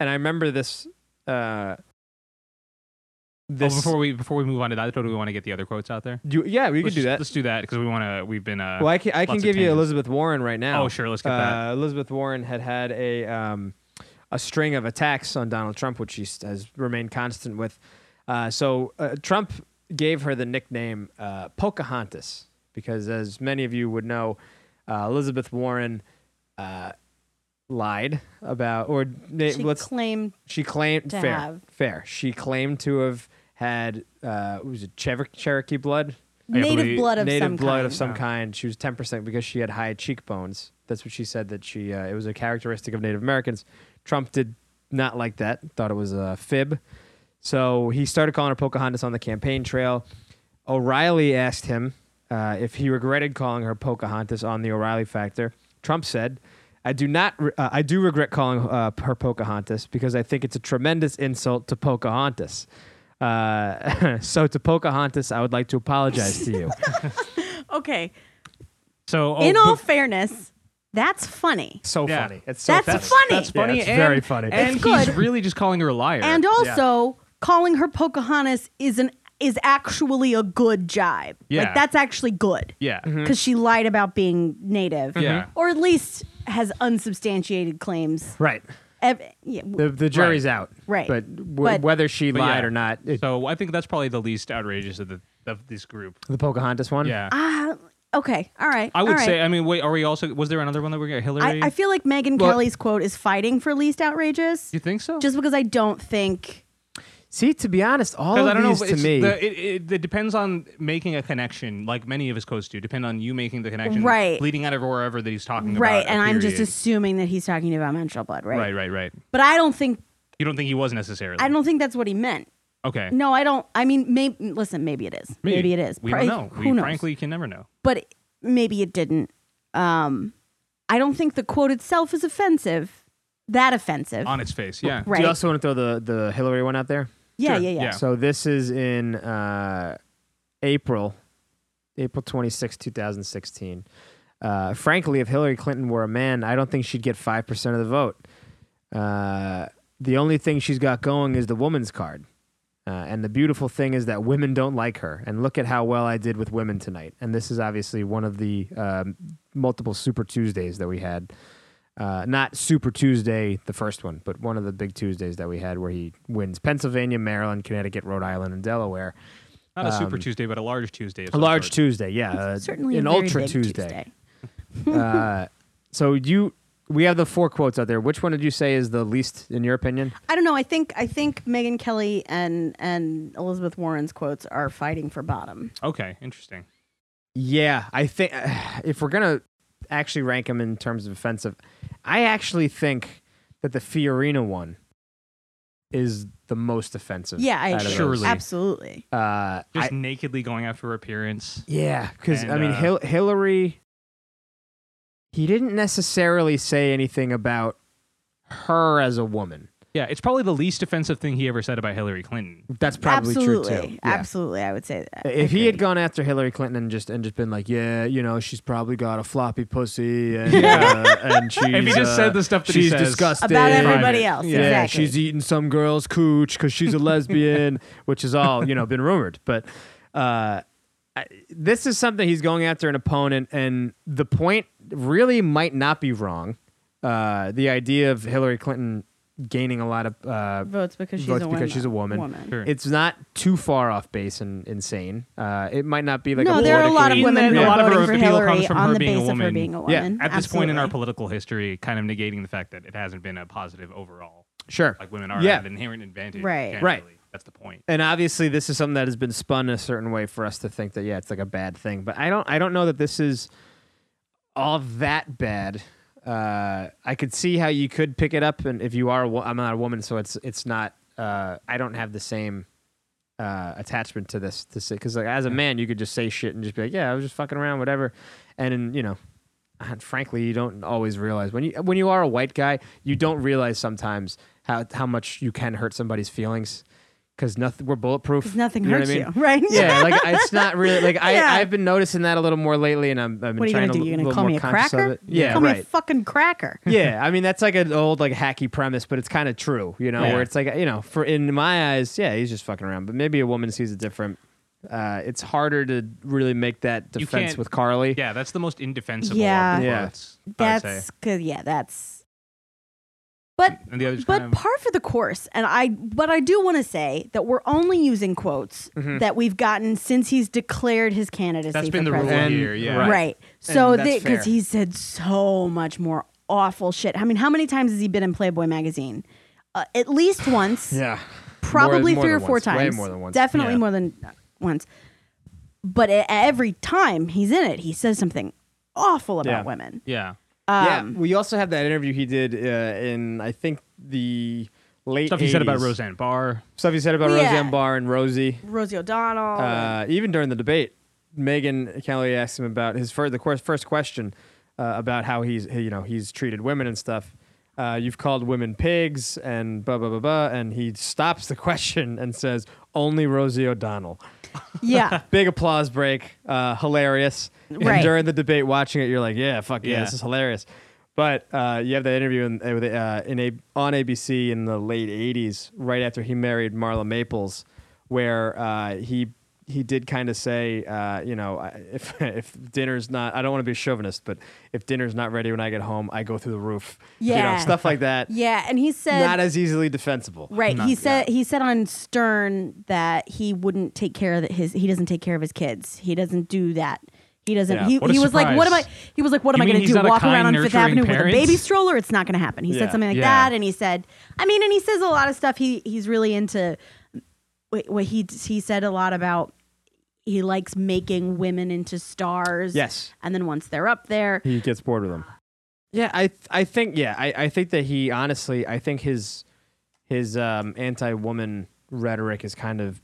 And I remember this. Uh, this.
oh, before we before we move on to that, do we want to get the other quotes out there?
you, yeah, we could
Let's-
do that.
Let's do that because we want to. We've been. Uh,
Well, I can, I can
lots of
give you
tangents.
Elizabeth Warren right now.
oh, sure. Let's get that.
Uh, Elizabeth Warren had had a um, a string of attacks on Donald Trump, which she has remained constant with. Uh, so uh, Trump gave her the nickname uh, Pocahontas because, as many of you would know, uh, Elizabeth Warren uh, lied about or na-
She
let's
claimed
she claimed
to
fair
have.
fair she claimed to have had uh, what was it Chever- Cherokee blood
native
believe-
blood of
native
some
blood
kind.
of some
Yeah.
kind. She was ten percent because she had high cheekbones. That's what she said that she uh, it was a characteristic of Native Americans. Trump did not like that. Thought it was a fib. So he started calling her Pocahontas on the campaign trail. O'Reilly asked him uh, if he regretted calling her Pocahontas on the O'Reilly Factor. Trump said, "I do not. Re- uh, I do regret calling uh, her Pocahontas because I think it's a tremendous insult to Pocahontas." Uh, so to Pocahontas, I would like to apologize to you.
Okay.
So oh,
In all
bef-
fairness, that's funny.
So
Yeah.
funny. It's so
That's funny.
that's
Yeah,
funny.
it's
and,
very funny.
And
It's
he's
good.
really just calling her a liar.
And also, calling her Pocahontas is an is actually a good jibe.
Yeah.
Like that's actually good.
yeah,
Mm-hmm.
Because she lied about being native.
Yeah.
Or at least has unsubstantiated claims.
Right.
Ev- yeah, w-
The, the jury's out.
Right.
But, w-
But-
whether she
But
lied
yeah.
or not, it,
So I think that's probably the least outrageous of the of this group.
the Pocahontas one.
Yeah.
ah, okay. All right.
I
all
would
right.
say. I mean, wait. Are we also? Was there another one that we got? Hillary.
I, I feel like Megan
Well-
Kelly's quote is fighting for least outrageous.
Do you think so?
Just because I don't think
See, to be honest, all of
Because I don't
these
know. if
to
it's
me,
the, it, it, it depends on making a connection, like many of his quotes do. Depend on you making the connection,
Right.
Leading out of wherever that he's talking about.
right,
a
and I'm just
period.
assuming that he's talking about menstrual blood, right?
right, right, right.
But I don't think
You don't think he was necessarily?
I don't think that's what he meant.
Okay.
No, I don't. I mean, maybe listen, maybe it is. Maybe, it is.
We
Pri-
don't know.
Who
we
knows?
frankly can never know.
but it- maybe it didn't. Um, I don't think the quote itself is offensive. That offensive,
On its face, yeah.
do
right?
you also want to throw the, the Hillary one out there?
yeah,
sure,
yeah, yeah,
yeah.
So this is in uh, April, April twenty sixth, 2016. Uh, frankly, if Hillary Clinton were a man, I don't think she'd get 5% of the vote. Uh, the only thing she's got going is the woman's card. Uh, and the beautiful thing is that women don't like her. And look at how well I did with women tonight. And this is obviously one of the um, multiple Super Tuesdays that we had. Uh, not Super Tuesday, the first one, but one of the big Tuesdays that we had where he wins Pennsylvania, Maryland, Connecticut, Rhode Island, and Delaware.
Not a Super Tuesday, but a large Tuesday. of
Um, A
some
large
sort.
Tuesday, yeah. uh,
Certainly
an
a very
Ultra
big
Tuesday. uh, so you, we have the four quotes out there. Which one did you say is the least, in your opinion?
I don't know. I think I think Megan Kelly and and Elizabeth Warren's quotes are fighting for bottom.
Okay, interesting.
Yeah, I think if we're gonna actually rank them in terms of offensive, I actually think that the Fiorina one is the most offensive.
Yeah, I
out of
agree.
Surely.
absolutely.
Uh,
Just
I,
nakedly going after her appearance.
yeah, because I
And,
mean
uh,
Hil- Hillary, he didn't necessarily say anything about her as a woman.
Yeah, it's probably the least offensive thing he ever said about Hillary Clinton.
That's probably
absolutely.
true too. Yeah.
Absolutely, I would say that.
If he had
Agreed.
gone after Hillary Clinton and just and just been like, yeah, you know, she's probably got a floppy pussy, and, uh, and she's
If he just
uh,
said the stuff that he
she's
says.
disgusting
about everybody
Private.
else,
Yeah,
exactly.
she's e eating some girl's cooch because she's a lesbian, which is all you know been rumored. But uh, I, this is something he's going after an opponent, and the point really might not be wrong. Uh, the idea of Hillary Clinton gaining a lot of uh,
votes because she's
votes
a
because
woman.
she's a woman.
Sure.
it's not too far off base and insane. Uh, it might not be like
no,
a
there are a lot of
politically-
women
And
who
then a lot
are
of her
voting for
appeal comes
Hillary
from
on
her
the
being a
basis of her
woman.
being a
Yeah,
woman.
At this point in our
Absolutely.
political history, kind of negating the fact that it hasn't been a positive overall.
e-, sure.
Like women are
Yeah.
at an inherent advantage.
Right.
Right.
generally. That's the point.
And obviously, this is something that has been spun a certain way for us to think that yeah, it's like a bad thing. But I don't, I don't know that this is all that bad. Uh, I could see how you could pick it up, and if you are, a wo- I'm not a woman, so it's it's not. Uh, I don't have the same uh, attachment to this to say because like as a man, you could just say shit and just be like, yeah, I was just fucking around, whatever, and, then you know. Frankly, you don't always realize when you when you are a white guy, you don't realize sometimes how how much you can hurt somebody's feelings because nothing we're bulletproof.
'Cause nothing
you know what
hurts
I mean?
you, right?
yeah, like it's not really like I
Yeah.
I've been noticing that a little more lately, and I'm I've been
What are you
trying
gonna
to
do? You're
a
gonna
little
call me
more
a
conscious of
cracker?
it. Yeah,
call me a
right.
fucking cracker.
yeah, I mean that's like an old like hacky premise, but it's kind of true, you know.
Yeah.
Where it's like you know, for in my eyes, yeah, he's just fucking around. But maybe a woman sees it different. Uh, it's harder to really make that defense
can't-
with Carly.
Yeah, that's the most indefensible
Yeah.
of the
Yeah.
quotes, I would say.
That's good. Yeah, that's. But
And the others
but
kind of-
par for the course, and I but I do want to say that we're only using quotes
Mhm.
that we've gotten since he's declared his candidacy.
That's
for
been the rule
president.
And-
here. Yeah.
Right.
right? So
that's fair.
because he said so much more awful shit. I mean, how many times has he been in Playboy magazine? Uh, at least once
yeah,
probably
more
three
than
or four
once. Way
times.
more than once.
Definitely
Yeah.
more than once. But e- every time he's in it, he says something awful about
Yeah.
women.
Yeah.
Um,
yeah. We also have that interview he did uh, in I think the late
Stuff you said about
80s.
Roseanne Barr.
Stuff you said about
Yeah.
Roseanne Barr and Rosie.
Rosie O'Donnell.
uh, even during the debate, Megan Kelly asked him about his first, the course, first question uh, about how he's he- you know he's treated women and stuff. Uh, you've called women pigs and blah blah blah blah, and he stops the question and says only Rosie O'Donnell.
yeah.
Big applause break, uh, hilarious. And
Right.
during the debate, watching it, you're like, yeah, fuck yeah,
Yeah.
this is hilarious. But uh, you have that interview in, uh, with, uh, in a, on ABC in the late '80s, right after he married Marla Maples, where uh, he he did kind of say, uh, you know, I- if if dinner's not, I don't want to be a chauvinist, but if dinner's not ready when I get home, I go through the roof. You know,
Yeah.
stuff like that.
Yeah. And he said
Not as easily defensible.
Right.
Not
he said he said on Stern that he wouldn't take care of his he doesn't take care of his kids. He doesn't do that. He doesn't
Yeah.
he,
What a
he was like, What am I
surprise.
he was like, What am
You
I
mean
gonna
he's
do?
not a
Walk
kind,
around on Fifth
nurturing
Avenue
parent?
with a baby stroller? It's not gonna happen. He
Yeah.
said something like
Yeah.
that and he said I mean, and he says a lot of stuff he he's really into what what he he said a lot about he likes making women into stars.
Yes.
And then once they're up there,
he gets bored with them. Yeah, I th- I think yeah, I, I think that he honestly I think his his um, anti woman rhetoric is kind of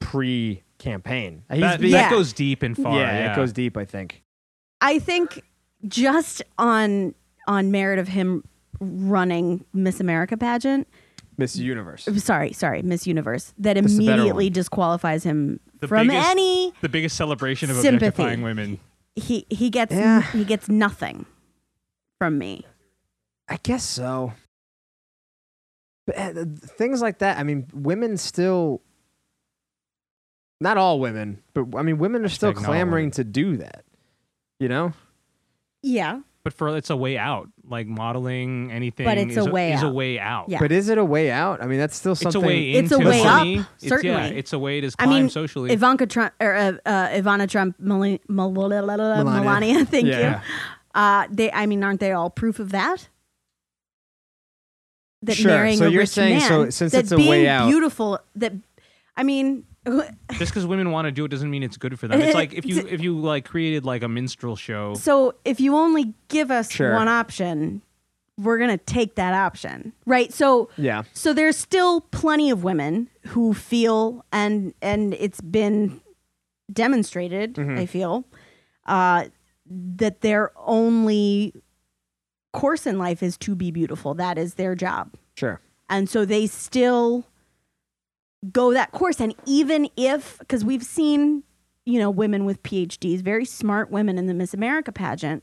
pre campaign.
That,
being-
that
Yeah.
goes deep and far.
yeah, it goes deep. I think.
I think just on on merit of him running Miss America pageant.
Miss Universe.
Sorry, sorry, Miss Universe. That
This is a better
immediately
one.
disqualifies him
The
from
biggest-
any.
The biggest celebration of
Sympathy.
objectifying women.
He he gets
Yeah.
he gets nothing from me.
I guess so. But uh, th- things like that. I mean, women still. Not all women, but I mean, women are still
Hashtag not all
clamoring
women.
to do that. You know,
Yeah,
But for it's a way out. Like modeling anything
But it's
is
a way
is a
out.
way out.
Yeah.
But is it a way out? I mean, that's still
It's
something.
a way
It's a
into
way
money.
up,
It's, yeah,
certainly.
it's a way to
I
climb
mean,
socially.
Ivanka Trump or uh, uh, Ivana Trump, Melania, Melania.
Melania.
thank
Yeah,
you.
yeah.
Uh, they, I mean, aren't they all proof of that? That
Sure.
marrying
So
a
you're
rich
saying,
man,
so since
that
it's a
being
way out-
beautiful, that I mean,
Just because women want to do it doesn't mean it's good for them. It's like if you
It's-
if you like created like a minstrel show.
so if you only give us
Sure.
one option, we're gonna take that option, right? So
Yeah.
So there's still plenty of women who feel and and it's been demonstrated, I feel, uh, that their only course in life is to be beautiful. That is their job.
Sure.
And so they still go that course. And even if, because we've seen, you know, women with PhDs, very smart women in the Miss America pageant,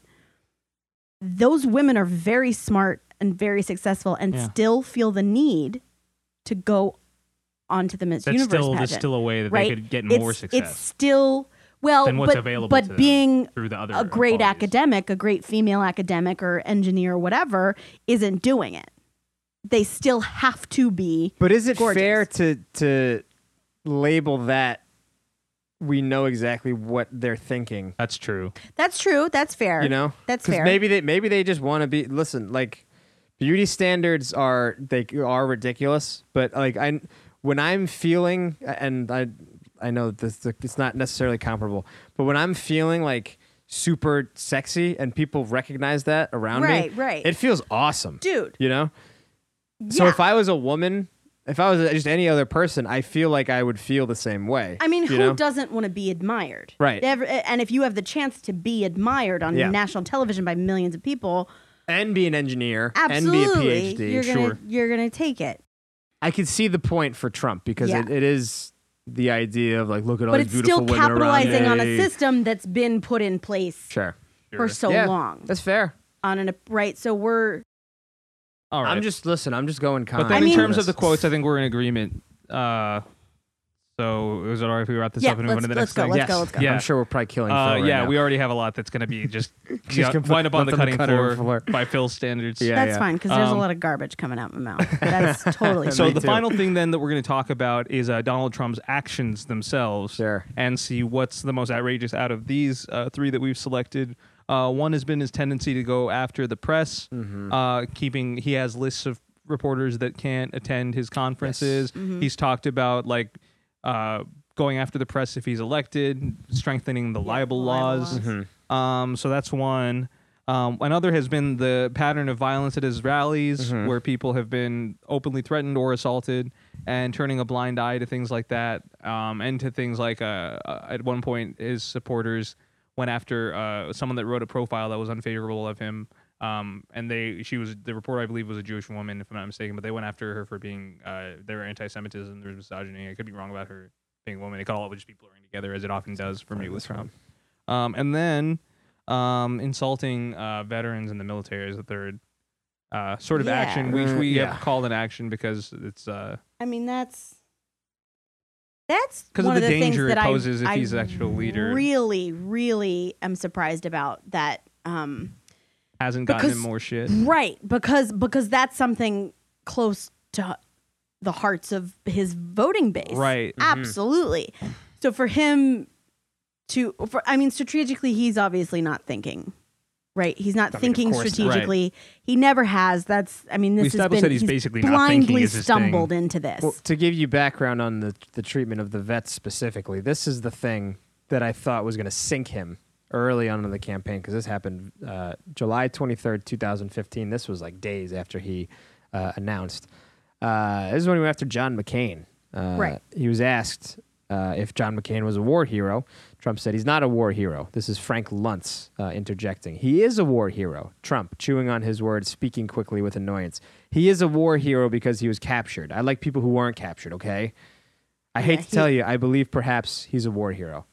those women are very smart and very successful and
Yeah.
still feel the need to go onto the Miss
That's
Universe
still
pageant.
there's still a way that
right?
they could get
it's,
more
It's
success
still, well,
than what's
but,
available
but
to them
being
through the other
a great
qualities.
academic, a great female academic or engineer or whatever, isn't doing it. They still have to be.
But is it
Gorgeous.
fair to to label that we know exactly what they're thinking?
That's true.
That's true. That's fair.
You know,
That's
'Cause
fair.
Maybe they maybe they just want to be. Listen, like beauty standards are they are ridiculous, but like I when I'm feeling and I I know this it's not necessarily comparable, but when I'm feeling like super sexy and people recognize that around
Right,
me,
right.
it feels awesome,
Dude.
You know, so
yeah.
if I was a woman, if I was just any other person, I feel like I would feel the same way.
I mean,
you
who
know?
doesn't want to be admired?
Right.
Every- and if you have the chance to be admired on
Yeah.
national television by millions of people,
and be an engineer
absolutely,
and be a PhD?
you're gonna
sure.
you're gonna take it.
I could see the point for Trump because
Yeah.
it, it is the idea of like, look at all
But
these
it's
beautiful
still
women around
capitalizing
me.
on a system that's been put in place
Sure.
for so
Yeah,
long.
That's fair.
On an right, so we're
All right.
I'm just listen. I'm just going. Con.
But then
I mean-
in terms of the quotes, I think we're in agreement. Uh, so is it all right if we wrap this
Yeah,
up and move on to the
let's
next
go,
thing?
let's
yes.
go, let's go.
Yeah.
I'm sure we're probably killing.
Uh,
Phil right
yeah,
now.
we already have a lot that's going to be just,
Just
yeah,
complete-
wind up on the
left on
cutting
the
floor,
cutting floor.
by Phil standards.
Yeah,
that's
yeah.
fine because there's a
Um,
lot of garbage coming out my mouth. That's totally
So
Me
the
too.
final thing then that we're going to talk about is uh, Donald Trump's actions themselves,
Sure.
and see what's the most outrageous out of these uh, three that we've selected. Uh, one has been his tendency to go after the press, uh, keeping he has lists of reporters that can't attend his conferences. He's talked about like uh, going after the press if he's elected, strengthening the libel
libel
laws.
laws.
Um, so that's one. Um, another has been the pattern of violence at his rallies, where people have been openly threatened or assaulted, and turning a blind eye to things like that, um, and to things like uh, uh, at one point his supporters went after uh, someone that wrote a profile that was unfavorable of him, um, and they she was the reporter I believe was a Jewish woman if I'm not mistaken, but they went after her for being uh, their anti-Semitism, their misogyny. I could be wrong about her being a woman. It could all just be blurring together as it often does for me with Trump. Um, and then um, insulting uh, veterans in the military is the third uh, sort of
Yeah.
action. We,
Uh,
we
yeah.
have called an action because it's uh,
I mean, that's that's
'Cause of
one
the
things
danger it
that I-
poses if
I
he's an actual leader.
Really, really am surprised about that. Um,
hasn't gotten him
Because-
more shit.
right, because because that's something close to the hearts of his voting base.
Right. Mm-hmm.
Absolutely. So for him to, for, I mean, strategically, he's obviously not thinking. Right, he's not
I mean, of
thinking
course not.
strategically. He never has. That's, I mean,
We
this has
established
been
that he's
he's
basically not thinking
blindly
is his thing.
stumbled into this.
Well, to give you background on the, the treatment of the vets specifically, this is the thing that I thought was going to sink him early on in the campaign because this happened uh, July 23rd, 2015. This was like days after he uh, announced. Uh, this is when he went after John McCain. Uh,
Right.
He was asked uh, if John McCain was a war hero. Trump said he's not a war hero. This is Frank Luntz uh, interjecting. He is a war hero. Trump chewing on his words, speaking quickly with annoyance. He is a war hero because he was captured. I like people who weren't captured, okay? I hate to
he-
tell you, I believe perhaps he's a war hero.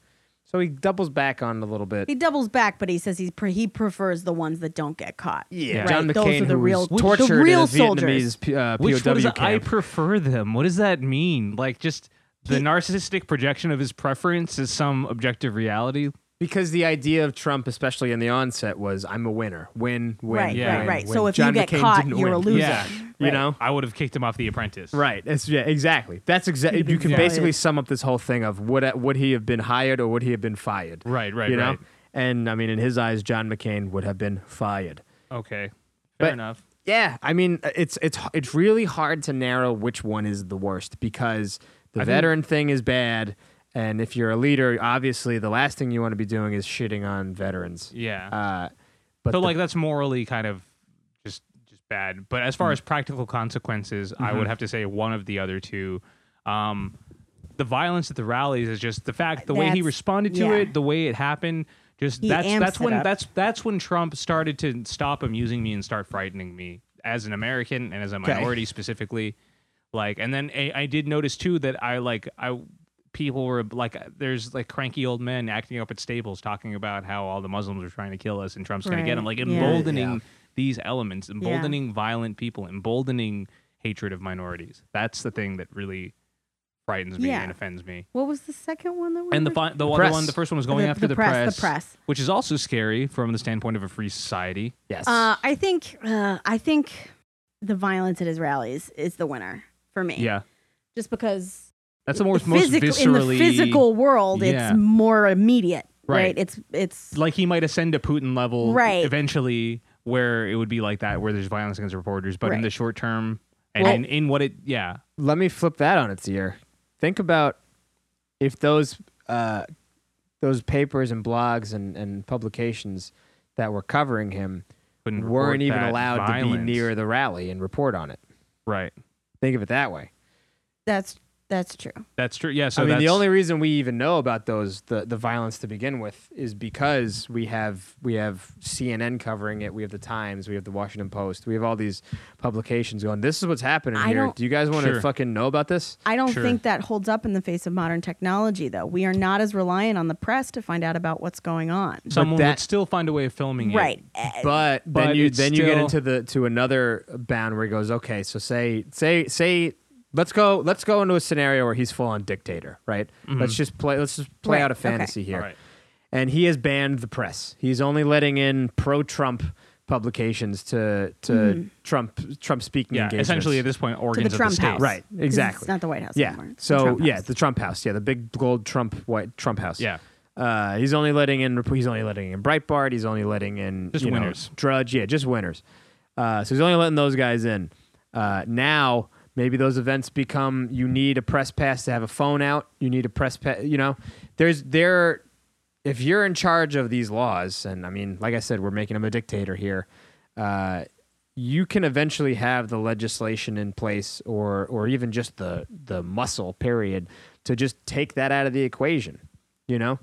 So he doubles back on it a little bit.
He doubles back, but he says he's pre- he prefers the ones that don't get caught.
Yeah.
John McCain,
Right, those are the
who
real-
was
Which-
tortured
the real
in a
soldiers.
Vietnamese uh, POW
Which one is I
camp.
prefer them? What does that mean? Like just the narcissistic projection of his preference is some objective reality.
Because the idea of Trump, especially in the onset, was I'm a winner. Win, win,
Right,
Yeah.
right,
win,
right.
win.
So if
John
you get
McCain
caught,
didn't
you're a
win.
loser.
Yeah.
You know?
I would have kicked him off The Apprentice.
Right. It's, yeah, exactly. That's exactly. You can
fired.
basically sum up this whole thing of would would he have been hired or would he have been fired?
Right, right,
you know?
right.
And I mean, in his eyes, John McCain would have been fired.
Okay. Fair
But-
enough.
Yeah, I mean, uh, it's it's it's really hard to narrow which one is the worst because the veteran thing is bad, and if you're a leader, obviously the last thing you want to be doing is shitting on veterans.
Yeah.
Uh, but
so
the-
like that's morally kind of just just bad. But as far
Mm.
as practical consequences, I
Mm-hmm.
would have to say one of the other two. Um, the violence at the rallies is just the fact the way he
That's-
responded to
yeah.
it, the way it happened. Just
He
that's
amps
that's
it
when
up.
that's that's when Trump started to stop amusing me and start frightening me as an American and as a minority specifically. Like, and then I, I did notice too that I like I people were like uh, there's like cranky old men acting up at Staples talking about how all the Muslims are trying to kill us and Trump's going to get
Right.
them. Like
Yeah.
emboldening these elements, emboldening violent people, emboldening hatred of minorities. That's the thing that really frightens me
Yeah.
and offends me.
What was the second one that we
And the
were-
fi- the other
press.
one, the first one was going
The-
after
the
the,
press, the
press,
press.
which is also scary from the standpoint of a free society.
yes,
Uh, I think uh, I think the violence at his rallies is the winner for me.
Yeah,
Just because
that's the most most
Eh, physical- in the
viscerally
physical world,
Yeah.
it's more immediate, right?
Right.
It's it's
like he might ascend to Putin level
Right.
eventually where it would be like that where there's violence against reporters but in
Right.
the short term and
Well-
in, in what it yeah
let me flip that on its ear. Think about if those uh, those papers and blogs and, and publications that were covering him
couldn't
weren't
report
even
that
allowed to be
violence.
near the rally and report on it.
right
Think of it that way.
that's that's true.
that's true yeah so
I mean, the
that's-
only reason we even know about those the, the violence to begin with is because we have we have CNN covering it, we have the Times, we have the Washington Post, we have all these publications going. This is what's happening
I
here.
don't-
Do you guys want to
Sure.
fucking know about this?
I don't
Sure.
think that holds up in the face of modern technology, though. We are not as reliant on the press to find out about what's going on.
someone would
that-
still find a way of filming
Right.
it
Eh,
But,
But
then you
it's
then you get
still-
into the to another bound where it goes. Okay, so say say say let's go let's go into a scenario where he's full on dictator, right?
Mm-hmm.
Let's just play let's just play
Right,
out a
okay.
fantasy here.
All right.
and he has banned the press. He's only letting in pro-Trump publications to to
Mm-hmm.
Trump Trump speaking
yeah
engagements.
essentially at this point
to
organs
the
of
Trump
the state
House,
Right,
'Cause
exactly.
It's not the White House
yeah.
anymore. It's the
So
Trump
yeah,
House.
the Trump House, yeah, the big gold Trump white Trump House.
yeah
Uh, he's only letting in he's only letting in Breitbart. He's only letting in
Just
you know,
winners.
Drudge, yeah, just winners. Uh, so he's only letting those guys in. Uh, now maybe those events become you need a press pass to have a phone out. You need a press pass. You know, there's there. If you're in charge of these laws, and I mean, like I said, we're making him a dictator here. Uh, you can eventually have the legislation in place, or or even just the the muscle period to just take that out of the equation you know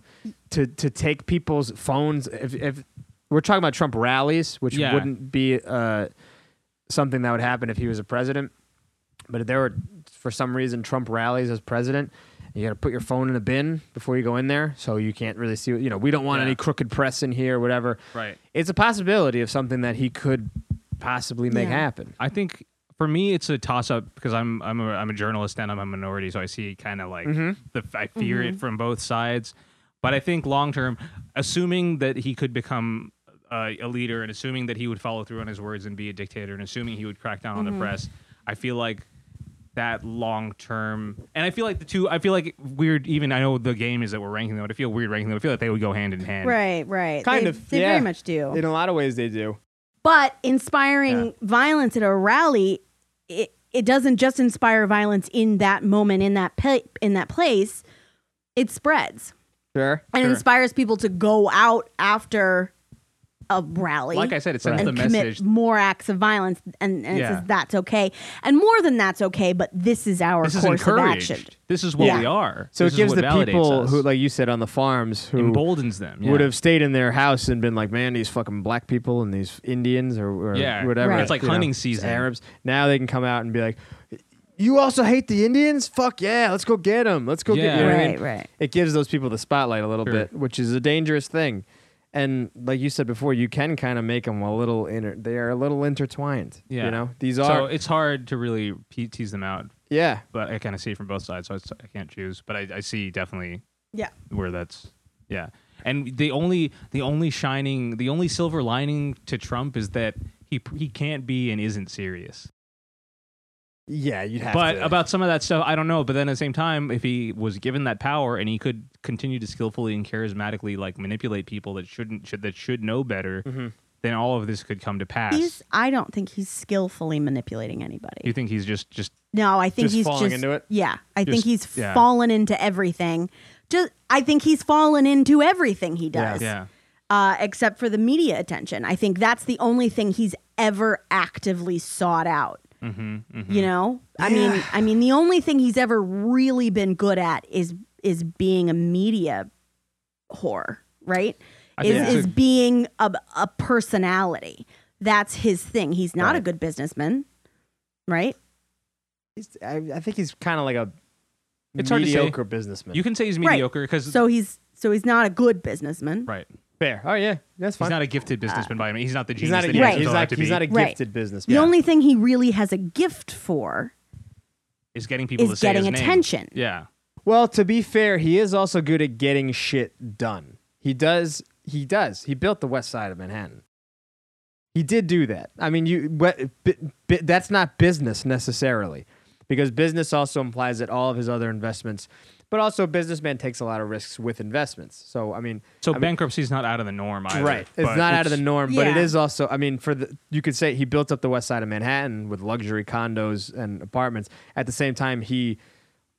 to to take people's phones if, if we're talking about trump rallies which
Yeah.
wouldn't be uh, something that would happen if he was a president but if there were for some reason trump rallies as president you got to put your phone in a bin before you go in there so you can't really see what- you know we don't want
Yeah.
any crooked press in here whatever
Right.
it's a possibility of something that he could possibly make
Yeah.
happen
I think for me it's a toss up because I'm I'm a, I'm a journalist and I'm a minority, so I see kind of like
Mm-hmm.
the I fear it from both sides. But I think long term, assuming that he could become uh, a leader and assuming that he would follow through on his words and be a dictator and assuming he would crack down on
Mm-hmm.
the press, I feel like that long term and I feel like the two I feel like weird even I know the game is that we're ranking them, but I feel weird ranking them. I feel like they would go hand in hand.
right, right.
Kind
They-
of,
They
yeah.
very much do.
a lot of ways they do
but inspiring
Yeah.
violence at a rally it, it doesn't just inspire violence in that moment in that pa- in that place it spreads
sure
and it inspires people to go out after a rally
Like I said, it sends
and
the
commit
message
more acts of violence and, and
Yeah.
it says that's okay and more than that's okay but this is our
this is
course of
encouraged.
action
This is what
Yeah.
we are.
so
This
it
is
gives
what
the
validates
people
us.
who like you said on the farms who
emboldens them. yeah.
would have stayed in their house and been like, man, these fucking black people and these Indians or, or
Yeah.
whatever.
Right. It's
like
you know,
hunting
these
season.
Arabs. Now they can come out and be like, you also hate the Indians? Fuck yeah, let's go get them. Let's go get
Yeah.
you know what I
Right,
mean?
right.
It gives those people the spotlight a little
Sure.
bit, which is a dangerous thing. And like you said before, you can kind of make them a little inter- they are a little intertwined.
yeah.
You know, these
so
are
it's hard to really pe- tease them out,
yeah.
but I kind of see it from both sides, so it's, I can't choose. But I, I see definitely
yeah
where that's yeah. And the only the only shining the only silver lining to Trump is that he he can't be and isn't serious.
Yeah, you'd have
But
to.
about some of that stuff, I don't know. But then at the same time, if he was given that power and he could continue to skillfully and charismatically like manipulate people that shouldn't should, that should know better,
Mhm.
then all of this could come to pass.
He's, I don't think he's skillfully manipulating anybody.
you think he's just just
No, I think
Just
he's
falling
just
into it?
Yeah, I think
Just-
he's
yeah.
fallen into everything. Just I think he's fallen into everything he does,
yeah
uh, except for the media attention. I think that's the only thing he's ever actively sought out.
mm-hmm,
You know, I mean, I mean, the only thing he's ever really been good at is is being a media whore, right?
I think
Is
it's
is
a-
being a, a personality. That's his thing. He's not a
Right.
good businessman, right?
He's- I, I think he's kind of like a
It's hard to say.
mediocre businessman.
You can say he's
Right.
mediocre because
So he's so he's not a good businessman.
right,
fair. Oh yeah, that's
he's
fine.
not a gifted businessman by any. He's not the
He's
genius
not
that
a,
he
yeah,
Right.
makes
he's,
himself out
not,
to
Ah. he's
be.
not a
Right.
gifted
The
businessman.
Yeah.
only thing he really has a gift for
is getting people to
is
say his
getting
name.
attention.
Yeah,
Well, to be fair, he is also good at getting shit done. He does. He does. He built the west side of Manhattan. He did do that. I mean, you what, bi, bi, that's not business necessarily, because business also implies that all of his other investments, but also a businessman takes a lot of risks with investments. So I mean,
so
I mean-
bankruptcy's not out of the norm either.
Right. It's
but
not out of the norm, but it
Yeah.
is also, I mean, for the, you could say he built up the west side of Manhattan with luxury condos and apartments. At the same time, he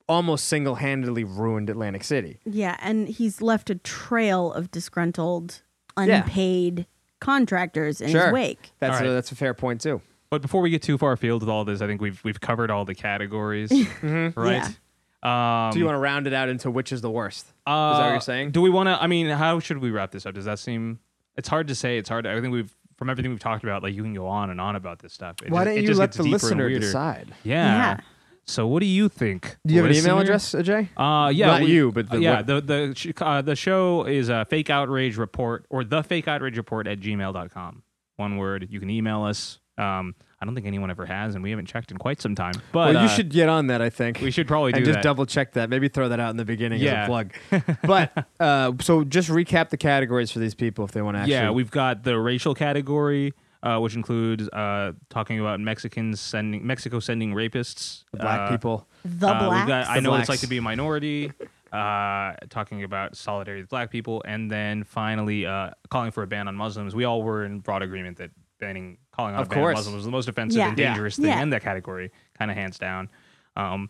almost single handedly ruined Atlantic City.
Yeah, and he's left a trail of disgruntled,
Yeah.
unpaid contractors in his wake.
That's,
All right.
a, that's a fair point, too.
But before we get too far afield with all this, I think we've we've covered all the categories, right? Um,
Mm-hmm. Do you want to round it out into which is the worst?
Uh,
is that what you're saying?
Do we want to? I mean, how should we wrap this up? Does that seem? It's hard to say. It's hard. I think we've from everything we've talked about. Like you can go on and on about this stuff. It
Why
just-
don't
it
you
just
let
gets
the
deeper and
listener
weirder.
decide?
Yeah.
Yeah.
So what do you think?
Do you have an email
listener?
address, Ajay?
Uh, yeah,
Not
we-
you, but the-
yeah,
what-
the the sh- uh, the show is a fake outrage report or the fake outrage report at gmail.com. One word. You can email us. Um, I don't think anyone ever has, and we haven't checked in quite some time. But
well, you
uh,
should get on that, I think.
We should probably do
and just
that.
double check that. Maybe throw that out in the beginning
Yeah.
as a plug. but uh, so just recap the categories for these people if they want to actually.
Yeah, we've got the racial category, uh, which includes uh, talking about Mexicans sending Mexico sending rapists,
black
uh,
people.
The
uh, we've
blacks.
got I
The
know what it's like
blacks.
to be a minority. Uh, talking about solidarity with black people, and then finally uh, calling for a ban on Muslims. We all were in broad agreement that banning calling on
Of
a ban on
course.
Muslims was the most offensive
Yeah.
and
Yeah.
dangerous thing
Yeah.
in that category, kind of hands down. Um,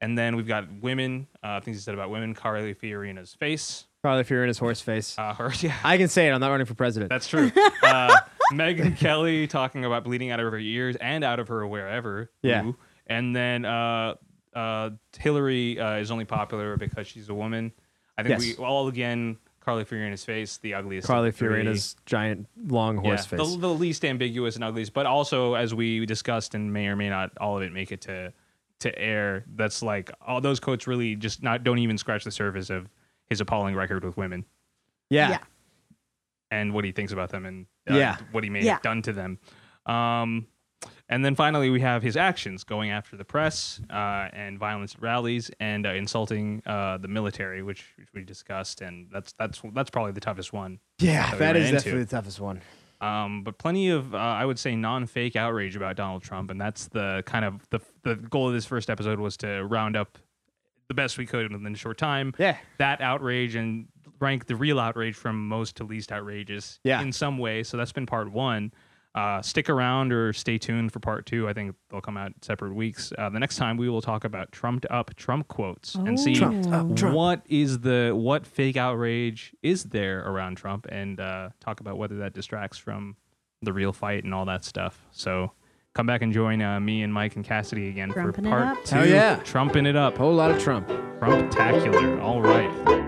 and then we've got women. Uh, things he said about women. Carly Fiorina's face.
Probably if you're in his horse face.
Uh, her, yeah,
I can say it. I'm not running for president.
That's true. uh, Megan Kelly talking about bleeding out of her ears and out of her wherever.
Yeah.
Ooh. And then uh, uh, Hillary uh, is only popular because she's a woman. I think
Yes.
we all again Carly Fiorina's face, the ugliest. of
Carly
the three.
Fiorina's giant long
Yeah,
horse face.
The, the least ambiguous and ugliest, but also as we discussed and may or may not all of it make it to to air. That's like all those quotes really just not don't even scratch the surface of his appalling record with women
yeah.
Yeah.
and what he thinks about them and uh,
Yeah.
what he may
Yeah.
have done to them. Um, and then finally, we have his actions going after the press uh, and violence at rallies and uh, insulting uh, the military, which, which we discussed. And that's that's that's probably the toughest one.
Yeah,
we
that
ran
is
into.
definitely the toughest one.
Um, but plenty of uh, I would say non-fake outrage about Donald Trump, and that's the kind of the the goal of this first episode was to round up the best we could within a short time
Yeah.
that outrage and rank the real outrage from most to least outrageous
Yeah.
in some way. So that's been part one. Uh, stick around or stay tuned for part two. I think they'll come out separate weeks. Uh, the next time we will talk about trumped up Trump quotes and see
Trumped up
Trump.
what is the what fake outrage is there around Trump and uh, talk about whether that distracts from the real fight and all that stuff. So come back and join uh, me and Mike and Cassidy again
Trumping
for
it
part
up.
two.
Hell yeah.
Trumping it up.
Whole lot of Trump.
Trumptacular. All right.